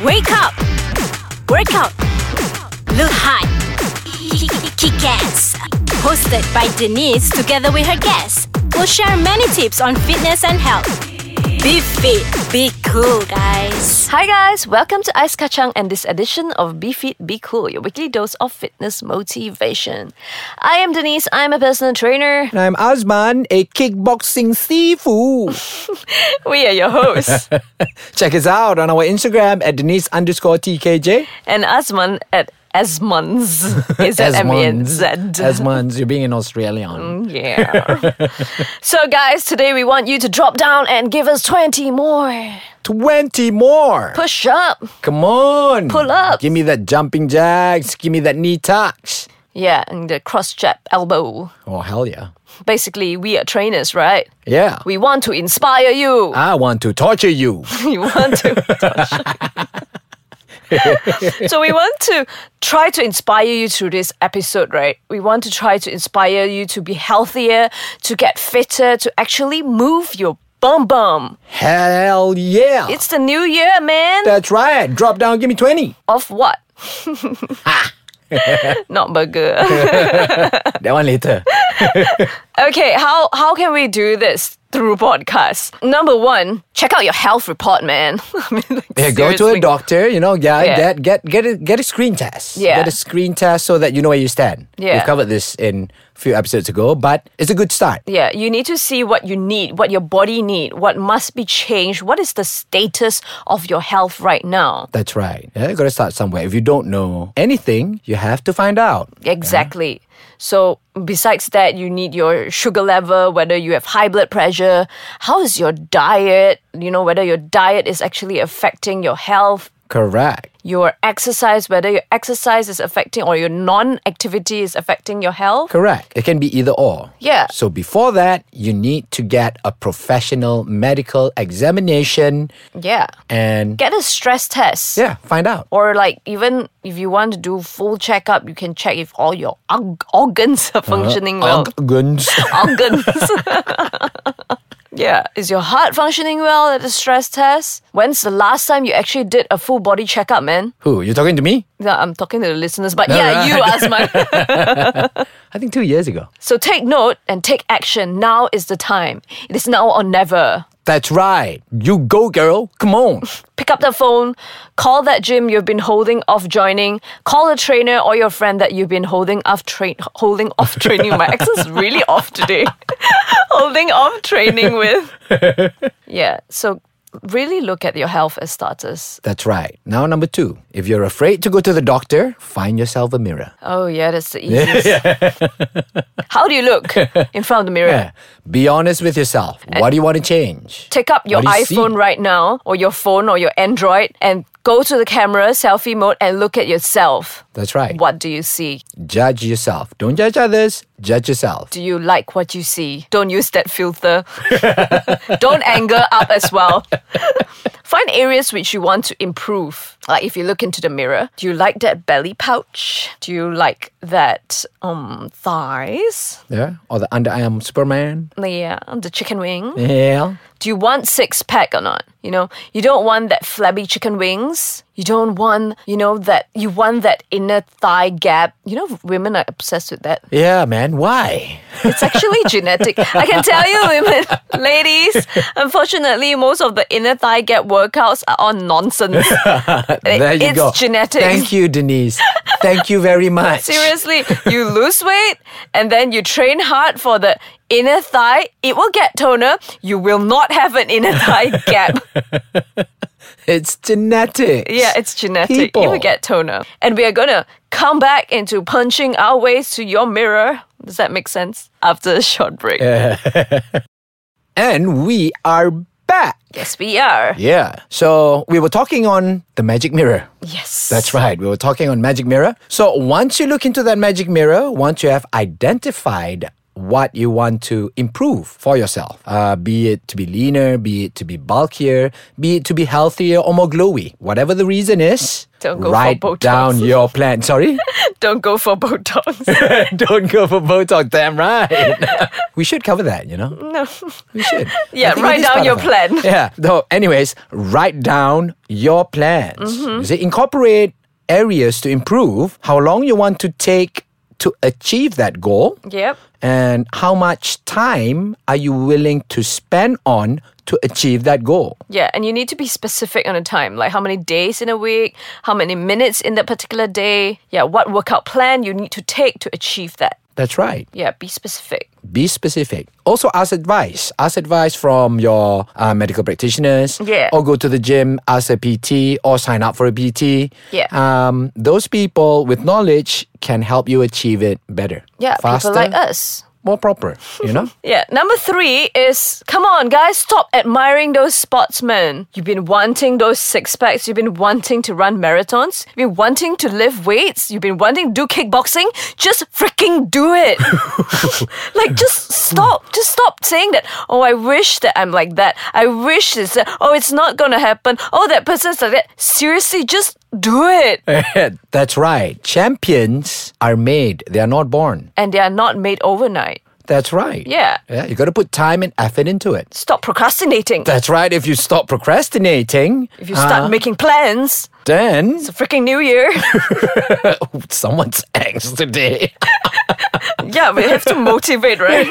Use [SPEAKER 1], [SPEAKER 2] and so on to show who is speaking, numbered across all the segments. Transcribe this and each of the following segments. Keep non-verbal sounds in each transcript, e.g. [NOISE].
[SPEAKER 1] Wake up! Work out! Look hot! Kick ass! Hosted by Denise together with her guests. We'll share many tips on fitness and health. Be fit, be cool, guys.
[SPEAKER 2] Hi guys, welcome to Ice Kachang and this edition of Be Fit, Be Cool, your weekly dose of fitness motivation. I am Denise, I'm a personal trainer.
[SPEAKER 3] And I'm Azman, a kickboxing sifu.
[SPEAKER 2] [LAUGHS] We are your hosts.
[SPEAKER 3] Check us out on our Instagram at Denise underscore TKJ.
[SPEAKER 2] [LAUGHS] and Asman at [LAUGHS] Asmans is E at M-E-N-Z.
[SPEAKER 3] Asmans, you're being an
[SPEAKER 2] [LAUGHS]
[SPEAKER 3] Australian.
[SPEAKER 2] Mm. Yeah. so guys, today we want you to drop down and give us 20 more.
[SPEAKER 3] 20 more.
[SPEAKER 2] Push up.
[SPEAKER 3] Come on.
[SPEAKER 2] Pull up.
[SPEAKER 3] Give me that jumping jacks. Give me that knee touch.
[SPEAKER 2] Yeah, and the cross jab elbow.
[SPEAKER 3] Oh, hell yeah.
[SPEAKER 2] Basically, we are trainers, right?
[SPEAKER 3] Yeah.
[SPEAKER 2] We want to inspire you.
[SPEAKER 3] I want to torture you.
[SPEAKER 2] [LAUGHS] you want to. [LAUGHS] so we want to try to inspire you through this episode, right? We want to try to inspire you to be healthier, to get fitter, to actually move your bum bum.
[SPEAKER 3] Hell yeah.
[SPEAKER 2] It's the new year, man.
[SPEAKER 3] That's right. Drop down, give me 20.
[SPEAKER 2] of what? [LAUGHS] Not burger.
[SPEAKER 3] That one later.
[SPEAKER 2] Okay, how how can we do this through podcast? Number one, check out your health report, man. [LAUGHS] I mean, like,
[SPEAKER 3] Yeah, go to a
[SPEAKER 2] seriously.
[SPEAKER 3] doctor. You know, yeah,
[SPEAKER 2] Yeah.
[SPEAKER 3] get get get a, get a screen test.
[SPEAKER 2] Yeah.
[SPEAKER 3] get a screen test so that you know where you stand.
[SPEAKER 2] Yeah.
[SPEAKER 3] we've covered this in a few episodes ago, but it's a good start.
[SPEAKER 2] Yeah, you need to see what you need, what your body need, what must be changed, what is the status of your health right now.
[SPEAKER 3] That's right. Yeah, you got to start somewhere. If you don't know anything, you have to find out.
[SPEAKER 2] Exactly. So besides that, you need your sugar level, whether you have high blood pressure, how is your diet, you know, whether your diet is actually affecting your health,
[SPEAKER 3] Correct.
[SPEAKER 2] your exercise, whether your exercise is affecting or your non activity is affecting your health.
[SPEAKER 3] Correct. It can be either or.
[SPEAKER 2] Yeah.
[SPEAKER 3] So before that, you need to get a professional medical examination
[SPEAKER 2] Yeah.
[SPEAKER 3] and
[SPEAKER 2] Get a stress test.
[SPEAKER 3] yeah, find out.
[SPEAKER 2] Or like even if you want to do full checkup, you can check if all your org- organs are functioning well.
[SPEAKER 3] Organs.
[SPEAKER 2] organs. [LAUGHS] yeah. Is your heart functioning well at the stress test? When's the last time you actually did a full body checkup, man?
[SPEAKER 3] [LAUGHS] Who? You talking to me?
[SPEAKER 2] Yeah, I'm talking to the listeners, but yeah,
[SPEAKER 3] right.
[SPEAKER 2] you ask my
[SPEAKER 3] I think two years ago.
[SPEAKER 2] So take note and take action. Now is the time. It is now or never.
[SPEAKER 3] That's right. You go, girl. Come on.
[SPEAKER 2] Pick up the phone, call that gym you've been holding off joining, call a trainer or your friend that you've been holding off train holding
[SPEAKER 3] [LAUGHS]
[SPEAKER 2] off training. My accent's really off today. [LAUGHS] holding off training with.
[SPEAKER 3] [LAUGHS]
[SPEAKER 2] Yeah. So really look at your health as starters.
[SPEAKER 3] That's right. Now, number two, if you're afraid to go to the doctor, find yourself a mirror.
[SPEAKER 2] Oh yeah, that's the easiest.
[SPEAKER 3] [LAUGHS]
[SPEAKER 2] How do you look in front of the mirror?
[SPEAKER 3] Be honest with yourself. What do you want to change?
[SPEAKER 2] Uh, take up your
[SPEAKER 3] What do you see?
[SPEAKER 2] iPhone right now or your phone or your Android and go to the camera selfie mode and look at yourself.
[SPEAKER 3] That's right.
[SPEAKER 2] What do you see?
[SPEAKER 3] Judge yourself. Don't judge others, judge yourself.
[SPEAKER 2] Do you like what you see? Don't use that filter. [LAUGHS] Don't anger up as well. [LAUGHS] Find areas which you want to improve. Like if you look into the mirror, do you like that belly pouch? Do you like that um thighs?
[SPEAKER 3] Yeah? Or the underarm Superman.
[SPEAKER 2] Yeah, the chicken wing.
[SPEAKER 3] Yeah.
[SPEAKER 2] Do you want six pack or not? You know, you don't want that flabby chicken wings. You don't want, you know, that you want that inner thigh gap. You know, women are obsessed with that.
[SPEAKER 3] Yeah, man. Why?
[SPEAKER 2] It's actually genetic. I can tell you, women, [LAUGHS] ladies, unfortunately, most of the inner thigh gap workouts are all nonsense.
[SPEAKER 3] [LAUGHS] there you
[SPEAKER 2] it's
[SPEAKER 3] go.
[SPEAKER 2] genetics.
[SPEAKER 3] Thank you, Denise. Thank
[SPEAKER 2] [LAUGHS]
[SPEAKER 3] you very much.
[SPEAKER 2] Seriously, you lose weight and then you train hard for the inner thigh, it will get toner. You will not have an
[SPEAKER 3] [LAUGHS]
[SPEAKER 2] inner thigh gap.
[SPEAKER 3] It's genetics.
[SPEAKER 2] Yeah, it's genetic. You
[SPEAKER 3] People.
[SPEAKER 2] will get toner. And we are gonna come back into punching our ways to your mirror. Does that make sense? After a short break.
[SPEAKER 3] And we are back.
[SPEAKER 2] Yes, we are.
[SPEAKER 3] Yeah. So we were talking on the magic mirror.
[SPEAKER 2] Yes.
[SPEAKER 3] That's right. We were talking on magic mirror. So once you look into that magic mirror, once you have identified what you want to improve for yourself, uh, be it to be leaner, be it to be bulkier, be it to be healthier or more glowy. Whatever the reason is,
[SPEAKER 2] Don't go for
[SPEAKER 3] write
[SPEAKER 2] Botox.
[SPEAKER 3] down your plan. Sorry?
[SPEAKER 2] [LAUGHS]
[SPEAKER 3] [LAUGHS]
[SPEAKER 2] Don't go for Botox.
[SPEAKER 3] Don't go for Botox, damn right. [LAUGHS] we should cover that, you know? No.
[SPEAKER 2] [LAUGHS]
[SPEAKER 3] We should.
[SPEAKER 2] Yeah,
[SPEAKER 3] I think it
[SPEAKER 2] write
[SPEAKER 3] is
[SPEAKER 2] down
[SPEAKER 3] part
[SPEAKER 2] your
[SPEAKER 3] of
[SPEAKER 2] plan.
[SPEAKER 3] it. [LAUGHS] Yeah. So, anyways, write down your plans.
[SPEAKER 2] Mm-hmm.
[SPEAKER 3] You see, incorporate areas to improve, how long you want to take to achieve that goal,
[SPEAKER 2] yep.
[SPEAKER 3] and how much time are you willing to spend on to achieve that goal.
[SPEAKER 2] Yeah, and you need to be specific on a time, like how many days in a week, how many minutes in that particular day. Yeah, what workout plan you need to take to achieve that.
[SPEAKER 3] That's right.
[SPEAKER 2] Yeah, be specific.
[SPEAKER 3] Be specific. Also, ask advice. Ask advice from your uh, medical practitioners.
[SPEAKER 2] Yeah.
[SPEAKER 3] Or go to the gym, ask a PT, or sign up for a PT.
[SPEAKER 2] Yeah.
[SPEAKER 3] Um, those people with knowledge can help you achieve it better.
[SPEAKER 2] Yeah,
[SPEAKER 3] Faster,
[SPEAKER 2] people like us.
[SPEAKER 3] more proper.
[SPEAKER 2] [LAUGHS]
[SPEAKER 3] You know. [LAUGHS]
[SPEAKER 2] Yeah, number three is come on, guys, stop admiring those sportsmen. You've been wanting those six packs, you've been wanting to run marathons, you've been wanting to lift weights, you've been wanting to do kickboxing. Just freaking do it. like, just stop. Just stop saying that, oh, I wish that I'm like that. I wish this, oh, it's not gonna happen. Oh, that person's like that. Seriously, just do it.
[SPEAKER 3] Eh. That's right. Champions are made. They are not born.
[SPEAKER 2] And they are not made overnight.
[SPEAKER 3] That's right.
[SPEAKER 2] Yeah.
[SPEAKER 3] Yeah. You got to put time and effort into it.
[SPEAKER 2] Stop procrastinating.
[SPEAKER 3] That's right. If you stop procrastinating,
[SPEAKER 2] If you start
[SPEAKER 3] uh,
[SPEAKER 2] making plans,
[SPEAKER 3] then
[SPEAKER 2] it's a freaking new year. [LAUGHS]
[SPEAKER 3] someone's [LAUGHS] angst today.
[SPEAKER 2] Yeah, we have to motivate,
[SPEAKER 3] [LAUGHS]
[SPEAKER 2] right?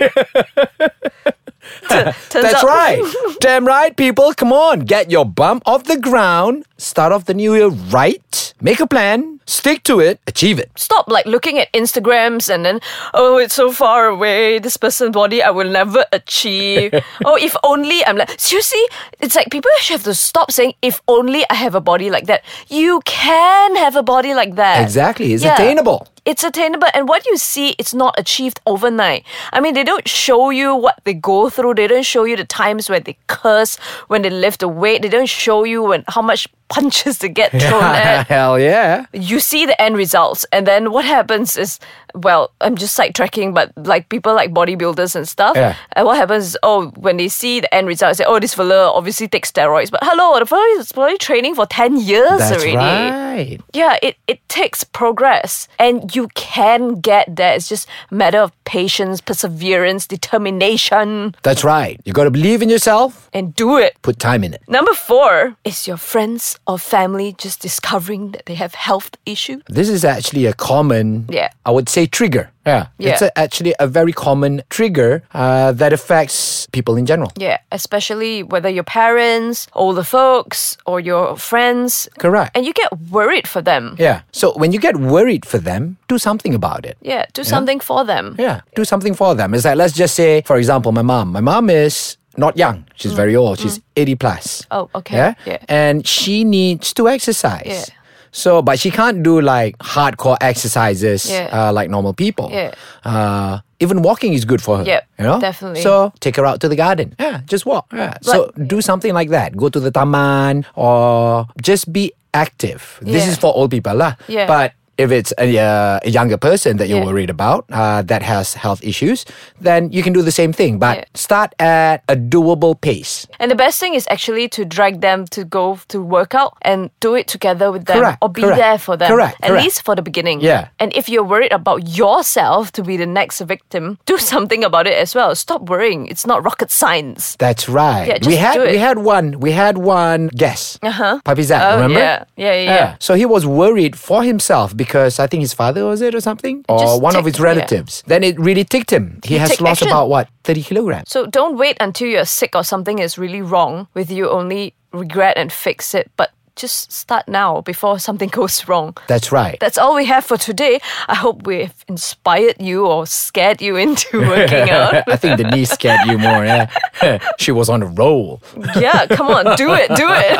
[SPEAKER 2] Tur- turns
[SPEAKER 3] That's
[SPEAKER 2] out- [LAUGHS]
[SPEAKER 3] right. Damn right, people. Come on. Get your bum off the ground. Start off the new year right. Make a plan. Stick to it. Achieve it.
[SPEAKER 2] Stop like looking at Instagrams and then, oh, it's so far away. This person's body, I will never
[SPEAKER 3] [LAUGHS]
[SPEAKER 2] achieve. oh, if only I'm like, seriously, it's like people should have to stop saying, if only I have a body like that. You can have a body like that.
[SPEAKER 3] Exactly. It's
[SPEAKER 2] Yeah.
[SPEAKER 3] attainable.
[SPEAKER 2] It's attainable, and what you see, it's not achieved overnight. I mean, they don't show you what they go through. They don't show you the times when they curse, when they lift the weight. They don't show you when how much [LAUGHS] punches they get thrown at.
[SPEAKER 3] [LAUGHS] Hell yeah.
[SPEAKER 2] You see the end results, and then what happens is, well, I'm just sidetracking, but like people like bodybuilders and stuff.
[SPEAKER 3] Yeah.
[SPEAKER 2] And what happens is, oh, when they see the end result, they say, oh, this fella obviously takes steroids. But hello, the fella is probably training for ten years
[SPEAKER 3] That's
[SPEAKER 2] already.
[SPEAKER 3] right.
[SPEAKER 2] Yeah, it, it takes progress and you can get there. It's just a matter of patience, perseverance, determination,
[SPEAKER 3] That's right. You got to believe in yourself.
[SPEAKER 2] and do it.
[SPEAKER 3] Put time in it.
[SPEAKER 2] Number four is your friends or family just discovering that they have health issues.
[SPEAKER 3] This is actually a common,
[SPEAKER 2] Yeah.
[SPEAKER 3] I would say, trigger. Yeah.
[SPEAKER 2] Yeah.
[SPEAKER 3] It's a, actually a very common trigger uh, that affects people in general.
[SPEAKER 2] Yeah, especially whether your parents, older folks, or your friends.
[SPEAKER 3] Correct.
[SPEAKER 2] And you get worried for them.
[SPEAKER 3] Yeah. So when you get worried for them, do something about it.
[SPEAKER 2] Yeah, do something for them.
[SPEAKER 3] Yeah, do something for them. It's like, let's just say, for example, my mom. My mom is not young. She's very old. She's 80 plus.
[SPEAKER 2] Mm. Oh, okay.
[SPEAKER 3] Yeah?
[SPEAKER 2] Yeah.
[SPEAKER 3] And she needs to exercise.
[SPEAKER 2] Yeah.
[SPEAKER 3] So, but she can't do like hardcore exercises
[SPEAKER 2] Yeah.
[SPEAKER 3] uh, like normal people.
[SPEAKER 2] Yeah.
[SPEAKER 3] Uh, even walking is good for her.
[SPEAKER 2] Yep,
[SPEAKER 3] You know?
[SPEAKER 2] definitely.
[SPEAKER 3] So take her out to the garden. Yeah. Just walk. Yeah. so do something like that. Go to the taman or just be active. This
[SPEAKER 2] Yeah.
[SPEAKER 3] is for old people. lah.
[SPEAKER 2] Yeah.
[SPEAKER 3] But if it's a, uh, a younger person that you're
[SPEAKER 2] Yeah.
[SPEAKER 3] worried about uh, that has health issues, then you can do the same thing, but
[SPEAKER 2] Yeah.
[SPEAKER 3] start at a doable pace.
[SPEAKER 2] And the best thing is actually to drag them to go to work out and do it together with them
[SPEAKER 3] Correct,
[SPEAKER 2] or be
[SPEAKER 3] correct,
[SPEAKER 2] there for them.
[SPEAKER 3] correct,
[SPEAKER 2] At
[SPEAKER 3] correct.
[SPEAKER 2] least for the beginning.
[SPEAKER 3] Yeah.
[SPEAKER 2] And if you're worried about yourself to be the next victim, do [LAUGHS] something about it as well. Stop worrying. It's not rocket science.
[SPEAKER 3] That's right.
[SPEAKER 2] Yeah,
[SPEAKER 3] we
[SPEAKER 2] just
[SPEAKER 3] had
[SPEAKER 2] do it.
[SPEAKER 3] we had one we had one guest. Uh-huh. Papi Zach,
[SPEAKER 2] Oh,
[SPEAKER 3] remember? Uh,
[SPEAKER 2] yeah. Yeah, yeah, yeah.
[SPEAKER 3] So he was worried for himself because I think his father was it or something? Or
[SPEAKER 2] just
[SPEAKER 3] one of
[SPEAKER 2] ticked-
[SPEAKER 3] his relatives. Then it really ticked him. He, has
[SPEAKER 2] take
[SPEAKER 3] lost
[SPEAKER 2] action.
[SPEAKER 3] about what? 30 kilograms.
[SPEAKER 2] So don't wait until you're sick or something is really wrong with you, only regret and fix it. But just start now before [LAUGHS] something goes wrong.
[SPEAKER 3] That's right.
[SPEAKER 2] That's all we have for today. I hope we've inspired you or scared you into working out.
[SPEAKER 3] I think [LAUGHS] the knee scared you more, yeah. [LAUGHS] she was on a roll.
[SPEAKER 2] yeah, come on, do it, do it.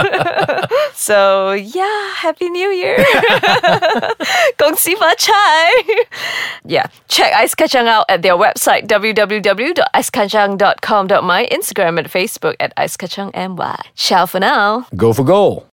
[SPEAKER 2] [LAUGHS] so yeah, happy new year. [LAUGHS] Gong si fa chai. Yeah, check Ice Kacang out at their website www.icekacang.com.my, Instagram and Facebook at Ice Kacang MY. Ciao for now.
[SPEAKER 3] Go for goal.